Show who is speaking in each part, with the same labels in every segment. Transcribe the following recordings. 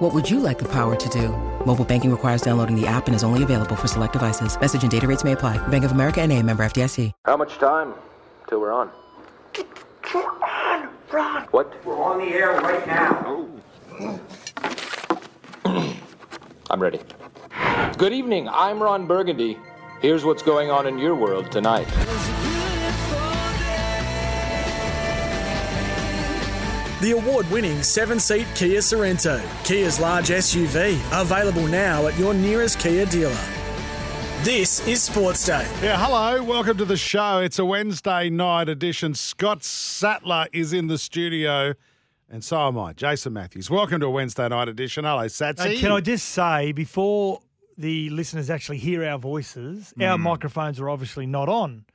Speaker 1: What would you like the power to do? Mobile banking requires downloading the app and is only available for select devices. Message and data rates may apply. Bank of America and a member FDIC.
Speaker 2: How much time till we're on?
Speaker 3: We're on, Ron.
Speaker 2: What?
Speaker 3: We're on the air right now.
Speaker 2: I'm ready. Good evening. I'm Ron Burgundy. Here's what's going on in your world tonight.
Speaker 4: The award winning seven seat Kia Sorrento, Kia's large SUV, available now at your nearest Kia dealer. This is Sports Day.
Speaker 5: Yeah, hello. Welcome to the show. It's a Wednesday night edition. Scott Sattler is in the studio, and so am I, Jason Matthews. Welcome to a Wednesday night edition. Hello,
Speaker 6: Uh,
Speaker 5: Satsy.
Speaker 6: can I just say before the listeners actually hear our voices, our
Speaker 5: Hmm.
Speaker 6: microphones are obviously not on.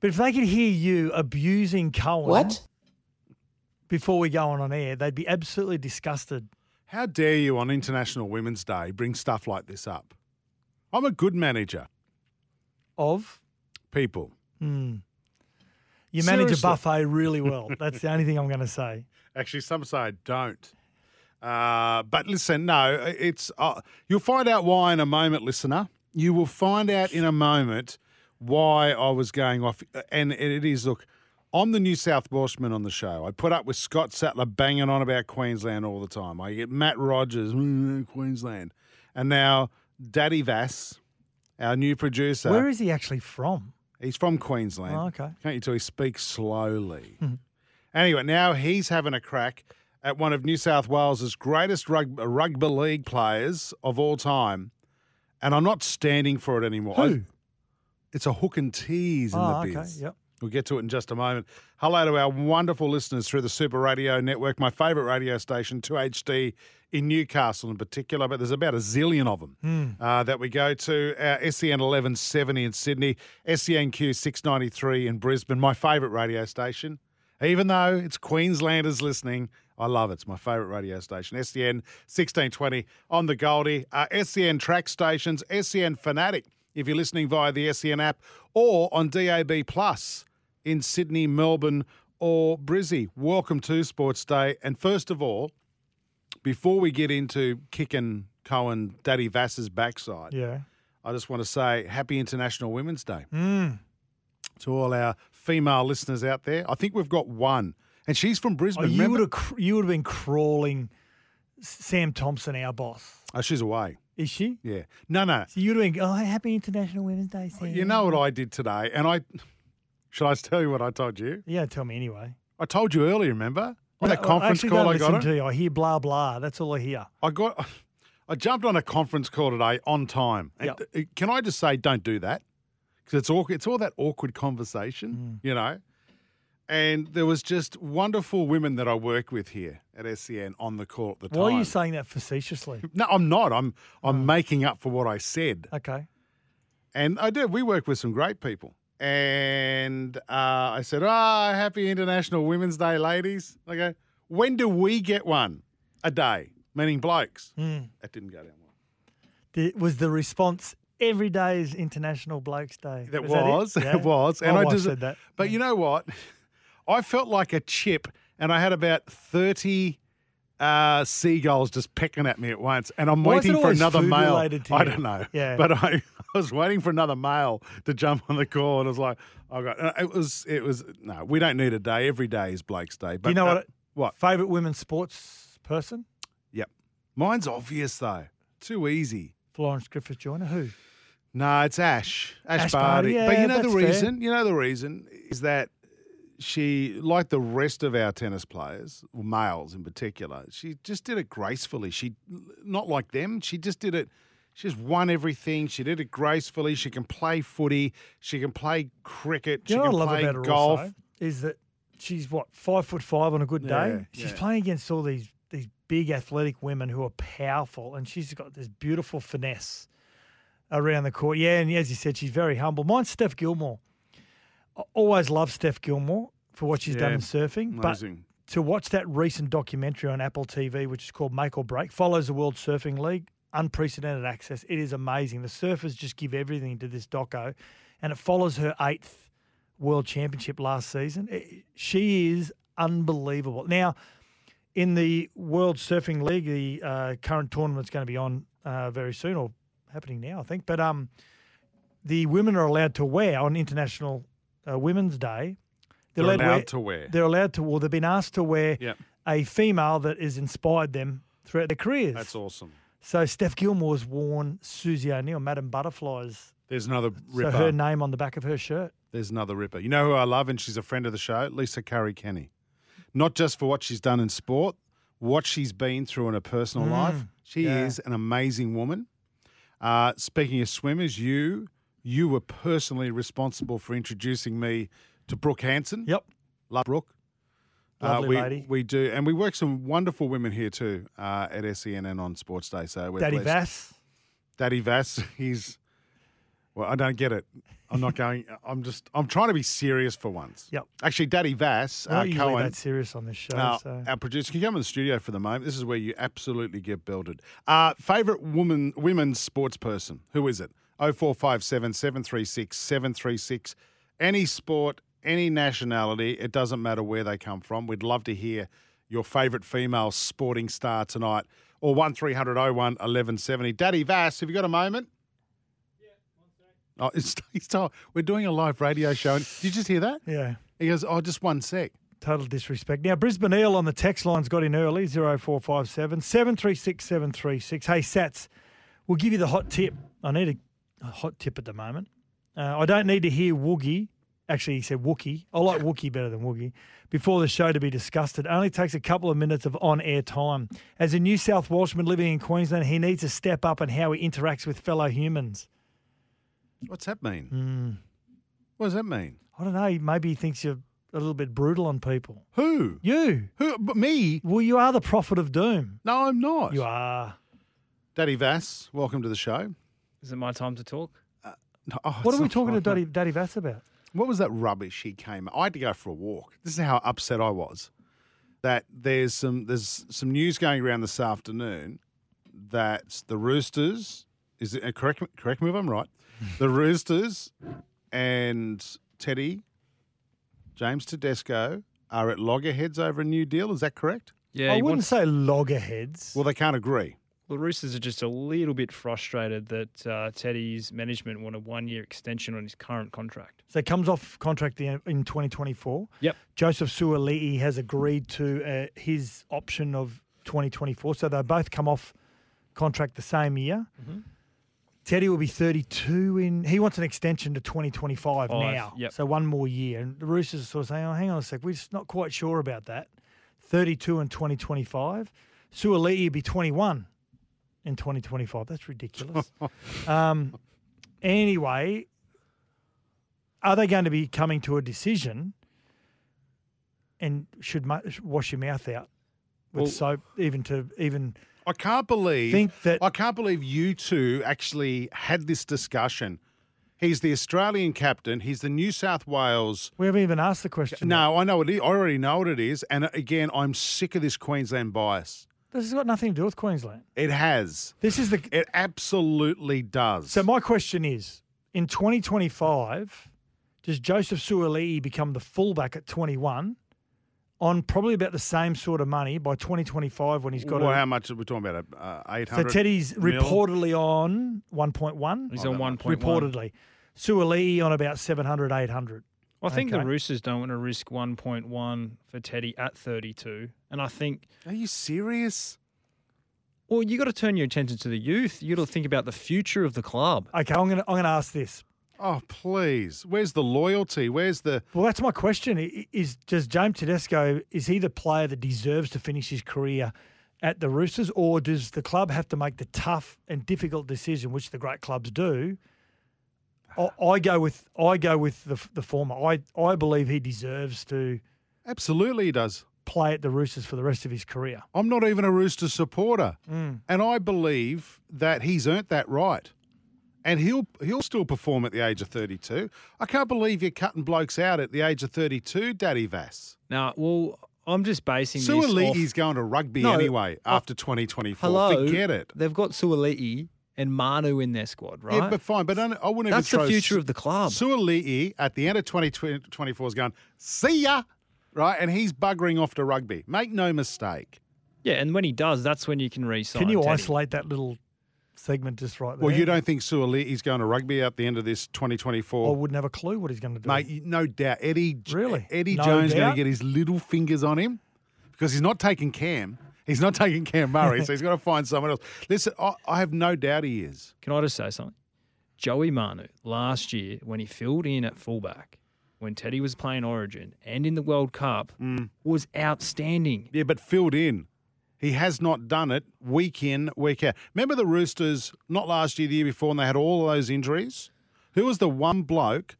Speaker 6: But if they could hear you abusing Cohen
Speaker 7: What?
Speaker 6: before we go on on air, they'd be absolutely disgusted.
Speaker 5: How dare you on International Women's Day bring stuff like this up? I'm a good manager,
Speaker 6: Of
Speaker 5: people.
Speaker 6: you manage
Speaker 5: Seriously.
Speaker 6: a buffet really well. That's the only thing I'm going to say.
Speaker 5: Actually, some say I don't. Uh, but listen, no, it's uh, you'll find out why in a moment, listener. You will find out in a moment why I was going off, uh, and it is look. I'm the New South Welshman on the show. I put up with Scott Sattler banging on about Queensland all the time. I get Matt Rogers, "Mm, Queensland, and now Daddy Vass, our new producer.
Speaker 6: Where is he actually from?
Speaker 5: He's from Queensland.
Speaker 6: Oh, okay. Hmm.
Speaker 5: Can't you tell he speaks slowly? Anyway, now he's having a crack at one of New South Wales's greatest rug- rugby league players of all time, and I'm not standing for it anymore. I-
Speaker 6: Who?
Speaker 5: it's a hook and tease in
Speaker 6: Oh,
Speaker 5: the
Speaker 6: okay.
Speaker 5: biz.
Speaker 6: Yep.
Speaker 5: We'll get to it in just a moment. Hello to our wonderful listeners through the Super Radio Network, my favourite radio station, 2HD in Newcastle in particular, but there's about a zillion of them uh, that we go to. Uh, SEN 1170 in Sydney, E SENQ 693 in Brisbane, my favourite radio station. Even though it's Queenslanders listening, I love it. It's my favourite radio station. SEN 1620 on the Goldie, uh, SEN track stations, SEN Fanatic if you're listening via the SEN app or on DAB Plus in Sydney, Melbourne, or Brizzy. Welcome to Sports Day. And first of all, before we get into kicking Cohen Daddy Vass's backside,
Speaker 6: Yeah.
Speaker 5: I just want to say happy International Women's Day
Speaker 6: Hmm.
Speaker 5: to all our female listeners out there. I think we've got one, and she's from
Speaker 6: Oh,
Speaker 5: Brisbane.
Speaker 6: you
Speaker 5: remember?
Speaker 6: would have cr- you would have been crawling S- Sam Thompson, our boss.
Speaker 5: Oh, she's away.
Speaker 6: Is she?
Speaker 5: Yeah. No, no.
Speaker 6: So you'd have been, oh, happy International Women's Day, Sam.
Speaker 5: You know what I did today, and I. Should I tell you what I told you?
Speaker 6: Yeah, tell me anyway.
Speaker 5: I told you earlier, remember? On that
Speaker 6: I- I
Speaker 5: conference
Speaker 6: actually
Speaker 5: call
Speaker 6: don't
Speaker 5: I got
Speaker 6: listen
Speaker 5: on?
Speaker 6: To you. I hear blah blah. That's all I hear.
Speaker 5: I got I jumped on a conference call today on time. And
Speaker 6: Yep.
Speaker 5: it- Can I just say don't do that? Cuz it's awkward, it's all that awkward conversation,
Speaker 6: Mm.
Speaker 5: you know? And there was just wonderful women that I work with here at SEN on the call at the time.
Speaker 6: Why are you saying Oh. that facetiously?
Speaker 5: No, I'm not. I'm I'm making up for what I said.
Speaker 6: Okay.
Speaker 5: And I do. We work with some great people. And uh, I said, Ah, happy International Women's Day, ladies. I go, When do we get one a day? Meaning blokes.
Speaker 6: Hmm.
Speaker 5: That didn't go down well.
Speaker 6: The, was the response every day is International Blokes Day? that
Speaker 5: That
Speaker 6: it?
Speaker 5: was. That,
Speaker 6: Yeah?
Speaker 5: was.
Speaker 6: My
Speaker 5: And I
Speaker 6: wife
Speaker 5: just
Speaker 6: said that.
Speaker 5: But you know what? I felt like a chip, and I had about 30 uh, seagulls just pecking at me at once. And I'm
Speaker 6: Why is it
Speaker 5: waiting for
Speaker 6: always
Speaker 5: another
Speaker 6: food
Speaker 5: male.
Speaker 6: related to
Speaker 5: I
Speaker 6: you?
Speaker 5: don't know.
Speaker 6: Yeah.
Speaker 5: But I, I was waiting for another male to jump on the call, and I was like, I got and it. Was it was no? We don't need a day. Every day is Blake's day. But
Speaker 6: Do you know
Speaker 5: uh,
Speaker 6: what?
Speaker 5: What?
Speaker 6: Favorite women's sports person?
Speaker 5: Yep. Mine's obvious though. Too easy.
Speaker 6: Florence Griffith Joyner. Who?
Speaker 5: No, it's Ash. Ash,
Speaker 6: Ash
Speaker 5: Barty.
Speaker 6: Barty,
Speaker 5: but you
Speaker 6: yeah,
Speaker 5: know the
Speaker 6: that's fair.
Speaker 5: reason. You know the reason is that she, like the rest of our tennis players, or males in particular, she just did it gracefully. She, not like them. She just did it. She just won everything. She did it gracefully. She can play footy. She can play cricket.
Speaker 6: Do
Speaker 5: she
Speaker 6: you know
Speaker 5: can
Speaker 6: what I love
Speaker 5: play
Speaker 6: about her
Speaker 5: golf.
Speaker 6: also is that she's what five foot five on a good day.
Speaker 5: Yeah,
Speaker 6: she's
Speaker 5: yeah.
Speaker 6: playing against all these these big athletic women who are powerful, and she's got this beautiful finesse around the court. Yeah, and as you said, she's very humble. Mine's Steph Gilmore. I always love Steph Gilmore for what she's done
Speaker 5: Yeah.
Speaker 6: in surfing.
Speaker 5: Amazing.
Speaker 6: But to watch that recent documentary on Apple TV, which is called Make or Break, follows the World Surfing League, unprecedented access. It is amazing. The surfers just give everything to this doco, and it follows her eighth World Championship last season. It- she is unbelievable. Now, in the World Surfing League, the uh, current tournament's going to be on uh, very soon, or happening now, I think. But um, the women are allowed to wear on International uh, Women's Day.
Speaker 5: They're
Speaker 6: allowed
Speaker 5: allowed to wear.
Speaker 6: They're allowed to. Well, they've been asked to wear
Speaker 5: Yep.
Speaker 6: a female that has inspired them throughout their careers.
Speaker 5: That's awesome.
Speaker 6: So Steph Gilmore's worn Susie O'Neill, Madame Butterflies,
Speaker 5: There's another
Speaker 6: so
Speaker 5: ripper.
Speaker 6: her name on the back of her shirt.
Speaker 5: There's another ripper. You know who I love, and she's a friend of the show, Lisa Curry Kenny. Not just for what she's done in sport, what she's been through in her personal
Speaker 6: Mm.
Speaker 5: life. She is an amazing woman. Uh, speaking of swimmers, you you were personally responsible for introducing me to Brooke Hanson.
Speaker 6: Yep.
Speaker 5: Love Brooke.
Speaker 6: Lovely
Speaker 5: Uh, we,
Speaker 6: lady.
Speaker 5: We do, and we work some wonderful women here too uh, at SEN and on Sports Day. So we're
Speaker 6: Daddy
Speaker 5: blessed.
Speaker 6: Vass.
Speaker 5: Daddy Vass, he's well, I don't get it. I'm not going. I'm just. I'm trying to be serious for once.
Speaker 6: Yep.
Speaker 5: Actually, Daddy Vass,
Speaker 6: I'm not
Speaker 5: uh,
Speaker 6: usually
Speaker 5: Cohen,
Speaker 6: that serious on this show.
Speaker 5: uh,
Speaker 6: so.
Speaker 5: our producer, can you come in the studio for the moment? This is where you absolutely get belted. Uh, favorite woman, women's sports person. Who is it? Oh four five seven seven three six seven three six. Any sport, any nationality. It doesn't matter where they come from. We'd love to hear your favorite female sporting star tonight. Or one 1170 Daddy Vass, have you got a moment? Oh, it's, he's told, we're doing a live radio show. And, did you just hear that?
Speaker 6: Yeah.
Speaker 5: He goes, oh, just one sec.
Speaker 6: Total disrespect. Now, Brisbane Eel on the text line's got in early 0457 736 736. Hey, Sats, we'll give you the hot tip. I need a, a hot tip at the moment. Uh, I don't need to hear Woogie. Actually, he said Wookie. I like Wookie better than Woogie. Before the show to be discussed, it only takes a couple of minutes of on air time. As a New South Welshman living in Queensland, he needs to step up in how he interacts with fellow humans.
Speaker 5: What's that mean?
Speaker 6: Hmm.
Speaker 5: What does that mean?
Speaker 6: I don't know. Maybe he thinks you're a little bit brutal on people.
Speaker 5: Who?
Speaker 6: You.
Speaker 5: Who? But me?
Speaker 6: Well, you are the prophet of doom.
Speaker 5: No, I'm not.
Speaker 6: You
Speaker 7: Oh,
Speaker 6: are.
Speaker 5: Daddy Vass, welcome to the show.
Speaker 7: Is it my time to talk?
Speaker 5: No, oh,
Speaker 6: What
Speaker 5: it's
Speaker 6: are we
Speaker 5: not
Speaker 6: talking to
Speaker 5: right.
Speaker 6: Daddy, Daddy Vass about?
Speaker 5: What was that rubbish he came? I had to go for a walk. This is how upset I was. That there's some there's some news going around this afternoon that the Roosters is it, uh, correct correct me if I'm right. The Roosters and Teddy James Tedesco are at loggerheads over a new deal. Is that correct?
Speaker 7: Yeah,
Speaker 6: I
Speaker 7: he
Speaker 6: wouldn't
Speaker 7: wants,
Speaker 6: say loggerheads.
Speaker 5: Well, they can't agree.
Speaker 7: the Roosters are just a little bit frustrated that uh, Teddy's management want a one-year extension on his current contract.
Speaker 6: so it comes off contract in, in 2024.
Speaker 7: Yep.
Speaker 6: Joseph Suoli'i has agreed to uh, his option of 2024. So they both come off contract the same year. Teddy will be 32 in. He wants an extension to 2025
Speaker 7: Five,
Speaker 6: now.
Speaker 7: yep.
Speaker 6: So one more year. And the Roosters are sort of saying, oh, hang on a sec. We're just not quite sure about that. 32 and 2025. Suoli'i will be 21 in 2025. That's ridiculous. um, anyway, are they going to be coming to a decision? And should mu- wash your mouth out with
Speaker 7: Well-
Speaker 6: soap, even to even
Speaker 5: I can't believe
Speaker 6: Think that-
Speaker 5: I can't believe you two actually had this discussion. He's the Australian captain. He's the New South Wales.
Speaker 6: we haven't even asked the question. yet.
Speaker 5: No, I know it. Is, I already know what it is. And again, I'm sick of this Queensland bias.
Speaker 6: this has got nothing to do with Queensland.
Speaker 5: It has.
Speaker 6: This is the
Speaker 5: It absolutely does.
Speaker 6: So my question is: In 2025, does Joseph Suoli'i become the fullback at 21 on probably about the same sort of money by 2025 when he's got?
Speaker 5: well,
Speaker 6: a,
Speaker 5: how much are we talking about? Uh, Eight
Speaker 6: so
Speaker 5: hundred. Oh,
Speaker 6: Teddy's reportedly on 1.1,
Speaker 7: He's on one point
Speaker 6: reportedly. Suoli'i on about 700, 800.
Speaker 7: I think
Speaker 6: Okay.
Speaker 7: the Roosters don't want to risk one point one for Teddy at thirty-two, and I think
Speaker 5: Are you serious?
Speaker 7: well, you got to turn your attention to the youth. You got to think about the future of the club.
Speaker 6: Okay, I'm gonna I'm gonna ask this.
Speaker 5: Oh please! Where's the loyalty? Where's the?
Speaker 6: Well, that's my question. I- i- Is does James Tedesco is he the player that deserves to finish his career at the Roosters, or does the club have to make the tough and difficult decision, which the great clubs do? I, I go with I go with the, the former. I I believe he deserves to
Speaker 5: Absolutely, he does.
Speaker 6: play at the Roosters for the rest of his career.
Speaker 5: I'm not
Speaker 6: Mm.
Speaker 5: even a Rooster supporter. And I believe that he's earned that right. and he'll he'll still perform at the age of 32. I can't believe you're cutting blokes out at the age of 32, Daddy Vass.
Speaker 7: Now, well, I'm just basing this off.
Speaker 5: Suoliti's going to rugby
Speaker 7: No, oh,
Speaker 5: anyway after 2024.
Speaker 7: Hello,
Speaker 5: Forget it.
Speaker 7: They've got Suoliti and Manu in their squad, right?
Speaker 5: Yeah, but fine. But I, don't- I wouldn't
Speaker 7: That's
Speaker 5: even
Speaker 7: the
Speaker 5: throw
Speaker 7: future
Speaker 5: Su-
Speaker 7: of the club.
Speaker 5: Suoli'i at the end of 2024 is going, see ya, right? And he's buggering off to rugby. Make no mistake.
Speaker 7: yeah, and when he does, that's when you can re-sign.
Speaker 6: Can you
Speaker 7: Teddy.
Speaker 6: isolate that little segment just right there?
Speaker 5: Well, you don't think Suoli'i's going to rugby at the end of this 2024?
Speaker 6: I wouldn't have a clue what he's going to do.
Speaker 5: Mate, you- no doubt. Eddie
Speaker 6: Really?
Speaker 5: Eddie
Speaker 6: No
Speaker 5: Jones going to
Speaker 6: doubt?
Speaker 5: get his little fingers on him because he's not taking Cam. He's not taking Cam Murray, so he's got to find someone else. Listen, I, I have no doubt he is.
Speaker 7: Can I just say something? Joey Manu last year when he filled in at fullback, when Teddy was playing Origin and in the World Cup,
Speaker 5: Mm.
Speaker 7: was outstanding.
Speaker 5: Yeah, but filled in. He has not done it week in, week out. Remember the Roosters, not last year, the year before, and they had all those injuries? Who was the one bloke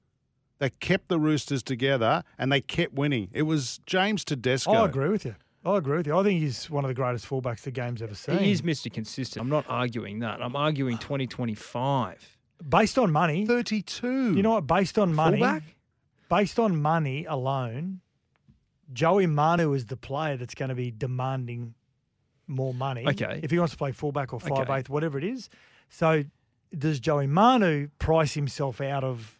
Speaker 5: that kept the Roosters together and they kept winning? It was James Tedesco.
Speaker 6: I agree with you. I agree with you. I think he's one of the greatest fullbacks the game's ever seen.
Speaker 7: He is Mr. Consistent. I'm not arguing that. I'm arguing 2025.
Speaker 6: based on money.
Speaker 5: 32.
Speaker 6: You know what? Based on money,
Speaker 7: Fullback?
Speaker 6: based on money alone, Joey Manu is the player that's going to be demanding more money.
Speaker 7: Okay.
Speaker 6: If he wants to play fullback or
Speaker 7: Okay.
Speaker 6: five eighth, whatever it is. So does Joey Manu price himself out of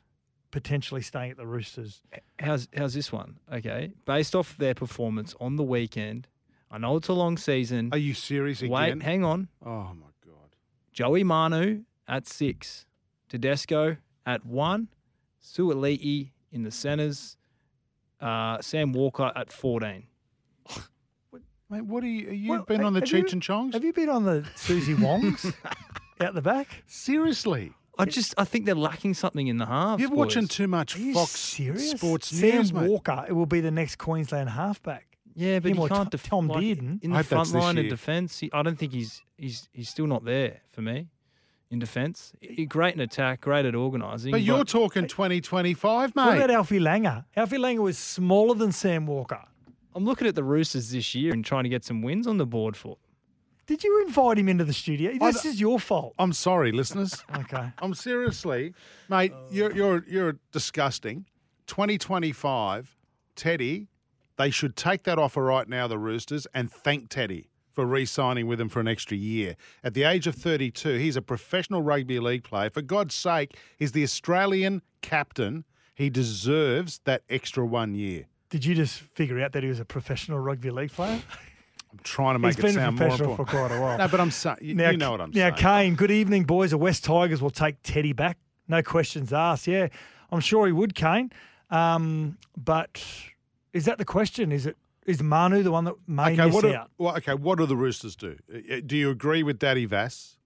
Speaker 6: potentially staying at the Roosters?
Speaker 7: How's how's this one? Okay, based off their performance on the weekend, I know it's a long season.
Speaker 5: Are you serious again?
Speaker 7: Wait, hang on.
Speaker 5: Oh, my God.
Speaker 7: Joey Manu at six, Tedesco at one, Suoli'i in the centres, uh, Sam Walker at 14.
Speaker 5: Mate, what are you? You've
Speaker 6: Well,
Speaker 5: been on the
Speaker 6: have you-
Speaker 5: Cheech and Chongs?
Speaker 6: Have you been on the Susie Wongs out the back?
Speaker 5: Seriously,
Speaker 7: I just I think they're lacking something in the halves.
Speaker 5: you're
Speaker 7: boys.
Speaker 5: watching too much
Speaker 6: Are you
Speaker 5: Fox
Speaker 6: serious?
Speaker 5: Sports
Speaker 6: Sam
Speaker 5: News, mate.
Speaker 6: Walker, it will be the next Queensland halfback.
Speaker 7: Yeah, but
Speaker 6: him
Speaker 7: he
Speaker 6: or
Speaker 7: can't
Speaker 6: Tom-
Speaker 7: def-
Speaker 6: Tom
Speaker 7: like,
Speaker 6: Dearden.
Speaker 7: in
Speaker 5: I
Speaker 7: the
Speaker 5: hope that's
Speaker 7: front
Speaker 5: this
Speaker 7: line in
Speaker 5: year.
Speaker 7: defence. he- I don't think he's he's he's still not there for me in defence. He- Great in attack, great at organising.
Speaker 5: But you're talking 2025,
Speaker 6: What about
Speaker 5: mate.
Speaker 6: Alfie Langer? Alfie Langer was smaller than Sam Walker.
Speaker 7: I'm looking at the Roosters this year and trying to get some wins on the board for. them.
Speaker 6: Did you invite him into the studio? This is your fault.
Speaker 5: I'm sorry, listeners.
Speaker 6: Okay.
Speaker 5: I'm seriously, mate.
Speaker 6: Oh.
Speaker 5: You're you're you're disgusting. 2025, Teddy. They should take that offer right now, the Roosters, and thank Teddy for re-signing with them for an extra year. At the age of 32, he's a professional rugby league player. For God's sake, he's the Australian captain. He deserves that extra one year.
Speaker 6: Did you just figure out that he was a professional rugby league player?
Speaker 5: I'm trying to
Speaker 6: He's
Speaker 5: make it
Speaker 6: been a
Speaker 5: sound more
Speaker 6: professional
Speaker 5: important.
Speaker 6: for quite a while.
Speaker 5: No, but I'm saying you, you know what I'm
Speaker 6: now,
Speaker 5: saying.
Speaker 6: Kane, good evening, boys. The West Tigers will take Teddy back. No questions asked. Yeah, I'm sure he would, Kane. Um, but is that the question? Is it is Manu the one that may
Speaker 5: okay,
Speaker 6: miss
Speaker 5: what do,
Speaker 6: out?
Speaker 5: well, okay, what do the Roosters do? Uh, uh, Do you agree with Daddy Vass,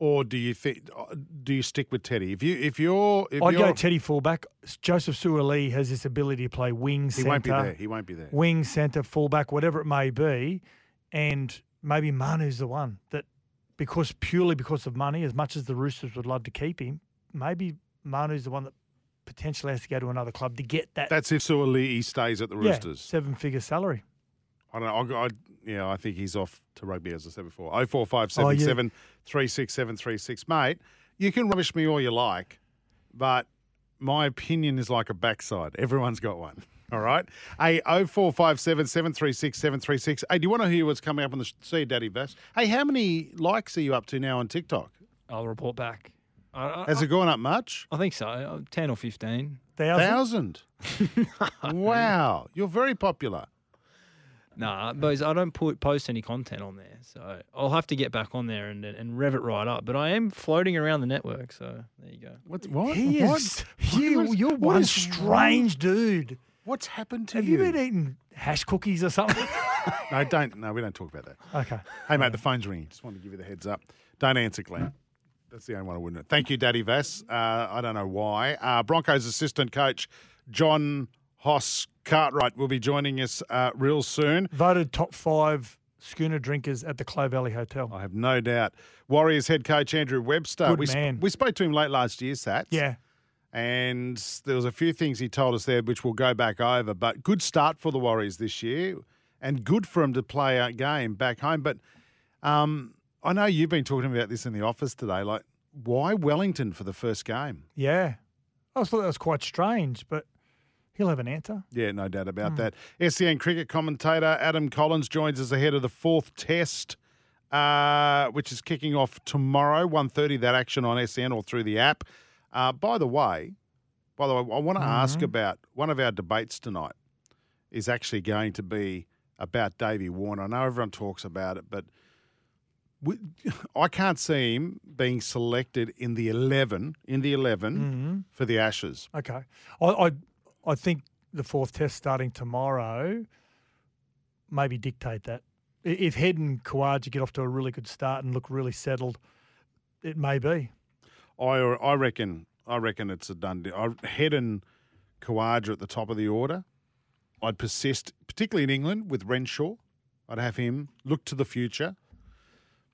Speaker 5: or do you think uh, do you stick with Teddy? If you if you're if
Speaker 6: I'd
Speaker 5: you're,
Speaker 6: go Teddy fullback. Joseph Suoli has this ability to play wing
Speaker 5: he
Speaker 6: centre.
Speaker 5: won't be there. He won't be there.
Speaker 6: wing, centre, fullback, whatever it may be, and maybe Manu's the one that, because purely because of money, as much as the Roosters would love to keep him, maybe Manu's the one that potentially has to go to another club to get that
Speaker 5: That's if Suoli'i stays at the
Speaker 6: yeah,
Speaker 5: Roosters.
Speaker 6: seven figure salary.
Speaker 5: I don't know. I'll go- I, yeah, I think he's off to rugby, as I said before. Oh four five
Speaker 6: Oh,
Speaker 5: seven
Speaker 6: yeah.
Speaker 5: seven three six seven three six, mate. You can rubbish me all you like, but my opinion is like a backside. Everyone's got one. All right. Hey, oh four five seven seven three six seven three six. Hey, do you want to hear what's coming up on the sh- see, Daddy Vass? Hey, how many likes are you up to now on TikTok?
Speaker 7: I'll report back. I, I,
Speaker 5: Has it gone up much?
Speaker 7: I think so. uh, Ten or fifteen.
Speaker 6: Thousand?
Speaker 5: Thousand. wow, you're very popular.
Speaker 7: Nah, boys, I don't put post any content on there, so I'll have to get back on there and and rev it right up. But I am floating around the network, so there you go.
Speaker 5: What's what?
Speaker 6: He
Speaker 5: What?
Speaker 6: is. You,
Speaker 5: What-
Speaker 6: you're
Speaker 5: what
Speaker 6: one
Speaker 5: is
Speaker 6: strange dude.
Speaker 5: What's happened to
Speaker 6: Have you been eating hash cookies or something?
Speaker 5: No, don't. No, we don't talk about that.
Speaker 6: okay.
Speaker 5: Hey, mate, the phone's ringing. Just wanted to give you the heads up. Don't answer, Glenn. That's the only one I wouldn't. Thank you, Daddy Vass. Uh, I don't know why. Uh, Broncos assistant coach John Hoss Cartwright will be joining us uh, real soon.
Speaker 6: Voted top five schooner drinkers at the Clow Valley Hotel.
Speaker 5: I have no doubt. Warriors head coach Andrew Webster.
Speaker 6: Good
Speaker 5: we, sp-
Speaker 6: man.
Speaker 5: we spoke to him late last year, Sats.
Speaker 6: Yeah.
Speaker 5: And there was a few things he told us there, which we'll go back over. But good start for the Warriors this year, and good for him to play a game back home. But um, I know you've been talking about this in the office today. Like why Wellington for the first game?
Speaker 6: Yeah. I always thought that was quite strange, but he'll have an answer.
Speaker 5: Yeah, no doubt about that. SEN cricket commentator Adam Collins joins us ahead of the fourth test, uh, which is kicking off tomorrow, 1.30, that action on SEN or through the app. Uh, by the way, by the way, I want to ask about one of our debates tonight is actually going to be about Davey Warner. I know everyone talks about it, but we, I can't see him being selected in the 11, in the 11 for the Ashes.
Speaker 6: Okay. I, I I think the fourth test starting tomorrow maybe dictate that. I- If Head and Kawaja get off to a really good start and look really settled, it may be.
Speaker 5: I I reckon I reckon it's a done deal. I Head and Kawaja at the top of the order. I'd persist, particularly in England with Renshaw. I'd have him look to the future,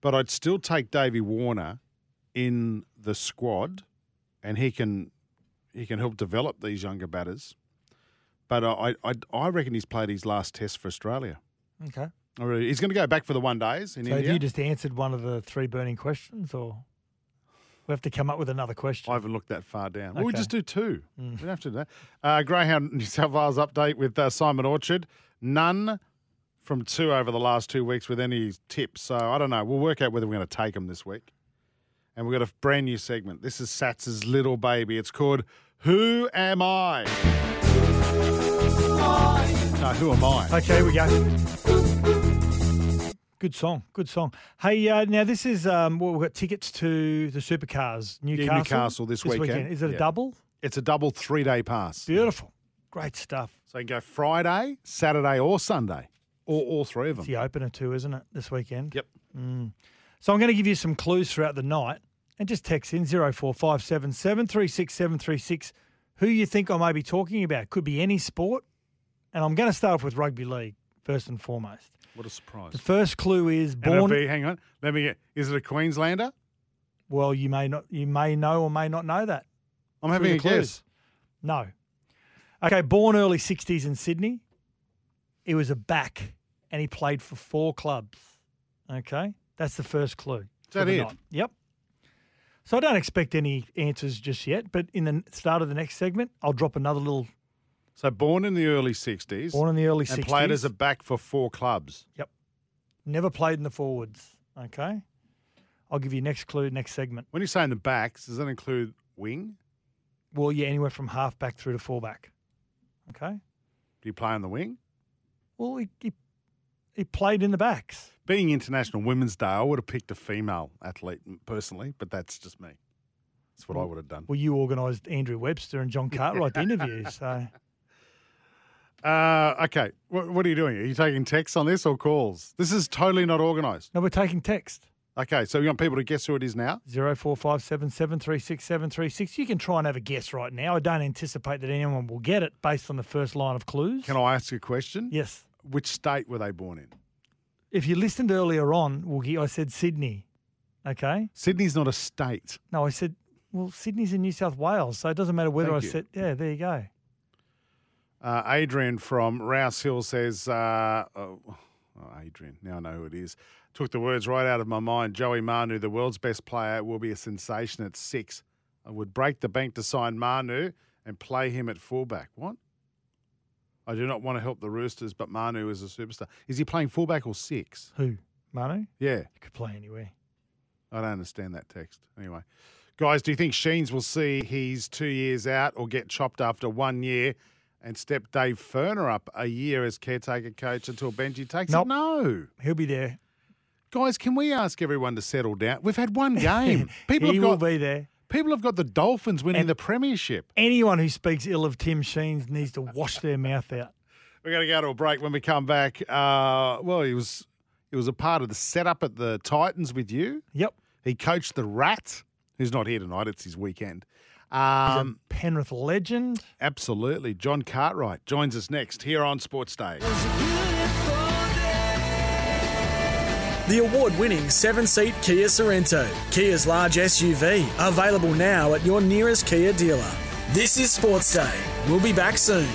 Speaker 5: but I'd still take Davy Warner in the squad, and he can he can help develop these younger batters. But I I, I reckon he's played his last test for Australia.
Speaker 6: Okay.
Speaker 5: I really, he's going to go back for the one days in
Speaker 6: So have
Speaker 5: India.
Speaker 6: you just answered one of the three burning questions, or we have to come up with another question?
Speaker 5: I haven't looked that far down. Well, we
Speaker 6: Okay. Mm.
Speaker 5: just do two. We don't have to do that. Uh, Greyhound New South Wales update with uh, Simon Orchard. None from two over the last two weeks with any tips. So I don't know. We'll work out whether we're going to take them this week. And we've got a brand new segment. This is Sats's little baby. It's called Who Am I? No, who am I?
Speaker 6: Okay, here we go. Good song, good song. Hey, uh, now this is um, well, we've got tickets to the supercars Newcastle.
Speaker 5: Newcastle this weekend.
Speaker 6: Is it a
Speaker 5: Yeah.
Speaker 6: double?
Speaker 5: It's a double three day pass. So
Speaker 6: Beautiful, great stuff.
Speaker 5: you can go Friday, Saturday, or Sunday, or all three of them.
Speaker 6: It's the opener too, isn't it? This weekend.
Speaker 5: Yep.
Speaker 6: So I'm going to give you some clues throughout the night, and just text in zero four five seven seven three six seven three six. Who you think I may be talking about? Could be any sport, and I'm going to start off with rugby league first and foremost.
Speaker 5: What a surprise.
Speaker 6: The first clue is
Speaker 5: And it'll
Speaker 6: born.
Speaker 5: be- hang on. Let me get. Is it a Queenslander?
Speaker 6: Well, you may not, you may know or may not know that.
Speaker 5: I'm having a
Speaker 6: the clues.
Speaker 5: guess.
Speaker 6: No. Okay, born early 60s in Sydney. He was a back and he played for four clubs. Okay, that's the first clue. for
Speaker 5: that
Speaker 6: the
Speaker 5: it?
Speaker 6: night. Yep. So I don't expect any answers just yet, but in the n- start of the next segment, I'll drop another little
Speaker 5: So born in the early 60s.
Speaker 6: born in the early 60s.
Speaker 5: and played as a back for four clubs.
Speaker 6: Never played in the forwards. Okay. I'll give you next clue, next segment.
Speaker 5: When you say in the backs, does that include wing?
Speaker 6: Well, yeah, anywhere from half back through to full back. Okay.
Speaker 5: Do you play on the wing?
Speaker 6: Well, he, he, he played in the backs.
Speaker 5: Being International Women's Day, I would have picked a female athlete m- personally, but that's just me. That's
Speaker 6: Mm.
Speaker 5: what I would have done.
Speaker 6: Well, you organised Andrew Webster and John Cartwright the interview, so
Speaker 5: Uh, okay. What, what are you doing? Are you taking texts on this or calls? This is totally not organised.
Speaker 6: no, we're taking text
Speaker 5: Okay, so you want people to guess who it is now?
Speaker 6: zero four five seven seven three six seven three six. You can try and have a guess right now. I don't anticipate that anyone will get it based on the first line of clues.
Speaker 5: Can I ask you a question?
Speaker 6: Yes.
Speaker 5: Which state were they born in?
Speaker 6: If you listened earlier on, Woogie, I said Sydney. Okay.
Speaker 5: Sydney's not a state.
Speaker 6: No, I said well, Sydney's in New South Wales, so it doesn't matter whether
Speaker 5: Thank
Speaker 6: I
Speaker 5: you.
Speaker 6: said yeah. There you go.
Speaker 5: Uh, Adrian from Rouse Hill says, uh, oh, oh, Adrian, now I know who it is. Took the words right out of my mind. Joey Manu, the world's best player, will be a sensation at six. I would break the bank to sign Manu and play him at fullback. What? I do not want to help the Roosters, but Manu is a superstar. Is he playing fullback or six?
Speaker 6: Who Manu? You
Speaker 5: Yeah,
Speaker 6: could play anywhere.
Speaker 5: I don't understand that text. Anyway, guys, do you think Sheens will see he's two years out or get chopped after one year and step Dave Ferner up a year as caretaker coach until Benji takes
Speaker 6: Nope.
Speaker 5: it? No.
Speaker 6: He'll be there.
Speaker 5: Guys, can we ask everyone to settle down? We've had one game. People
Speaker 6: he
Speaker 5: have
Speaker 6: will
Speaker 5: got
Speaker 6: be there.
Speaker 5: people have got the Dolphins winning
Speaker 6: And-
Speaker 5: the premiership.
Speaker 6: Anyone who speaks ill of Tim Sheens needs to wash their mouth out.
Speaker 5: We're going to go to a break when we come back. Uh, well, he was he was a part of the setup at the Titans with you.
Speaker 6: Yep.
Speaker 5: He coached the Rat, who's not here tonight. It's his weekend.
Speaker 6: He's a
Speaker 5: Um,
Speaker 6: Penrith legend.
Speaker 5: Absolutely. John Cartwright joins us next here on Sports Day.
Speaker 4: The award winning seven seat Kia Sorrento, Kia's large SUV, available now at your nearest Kia dealer. This is Sports Day. We'll be back soon.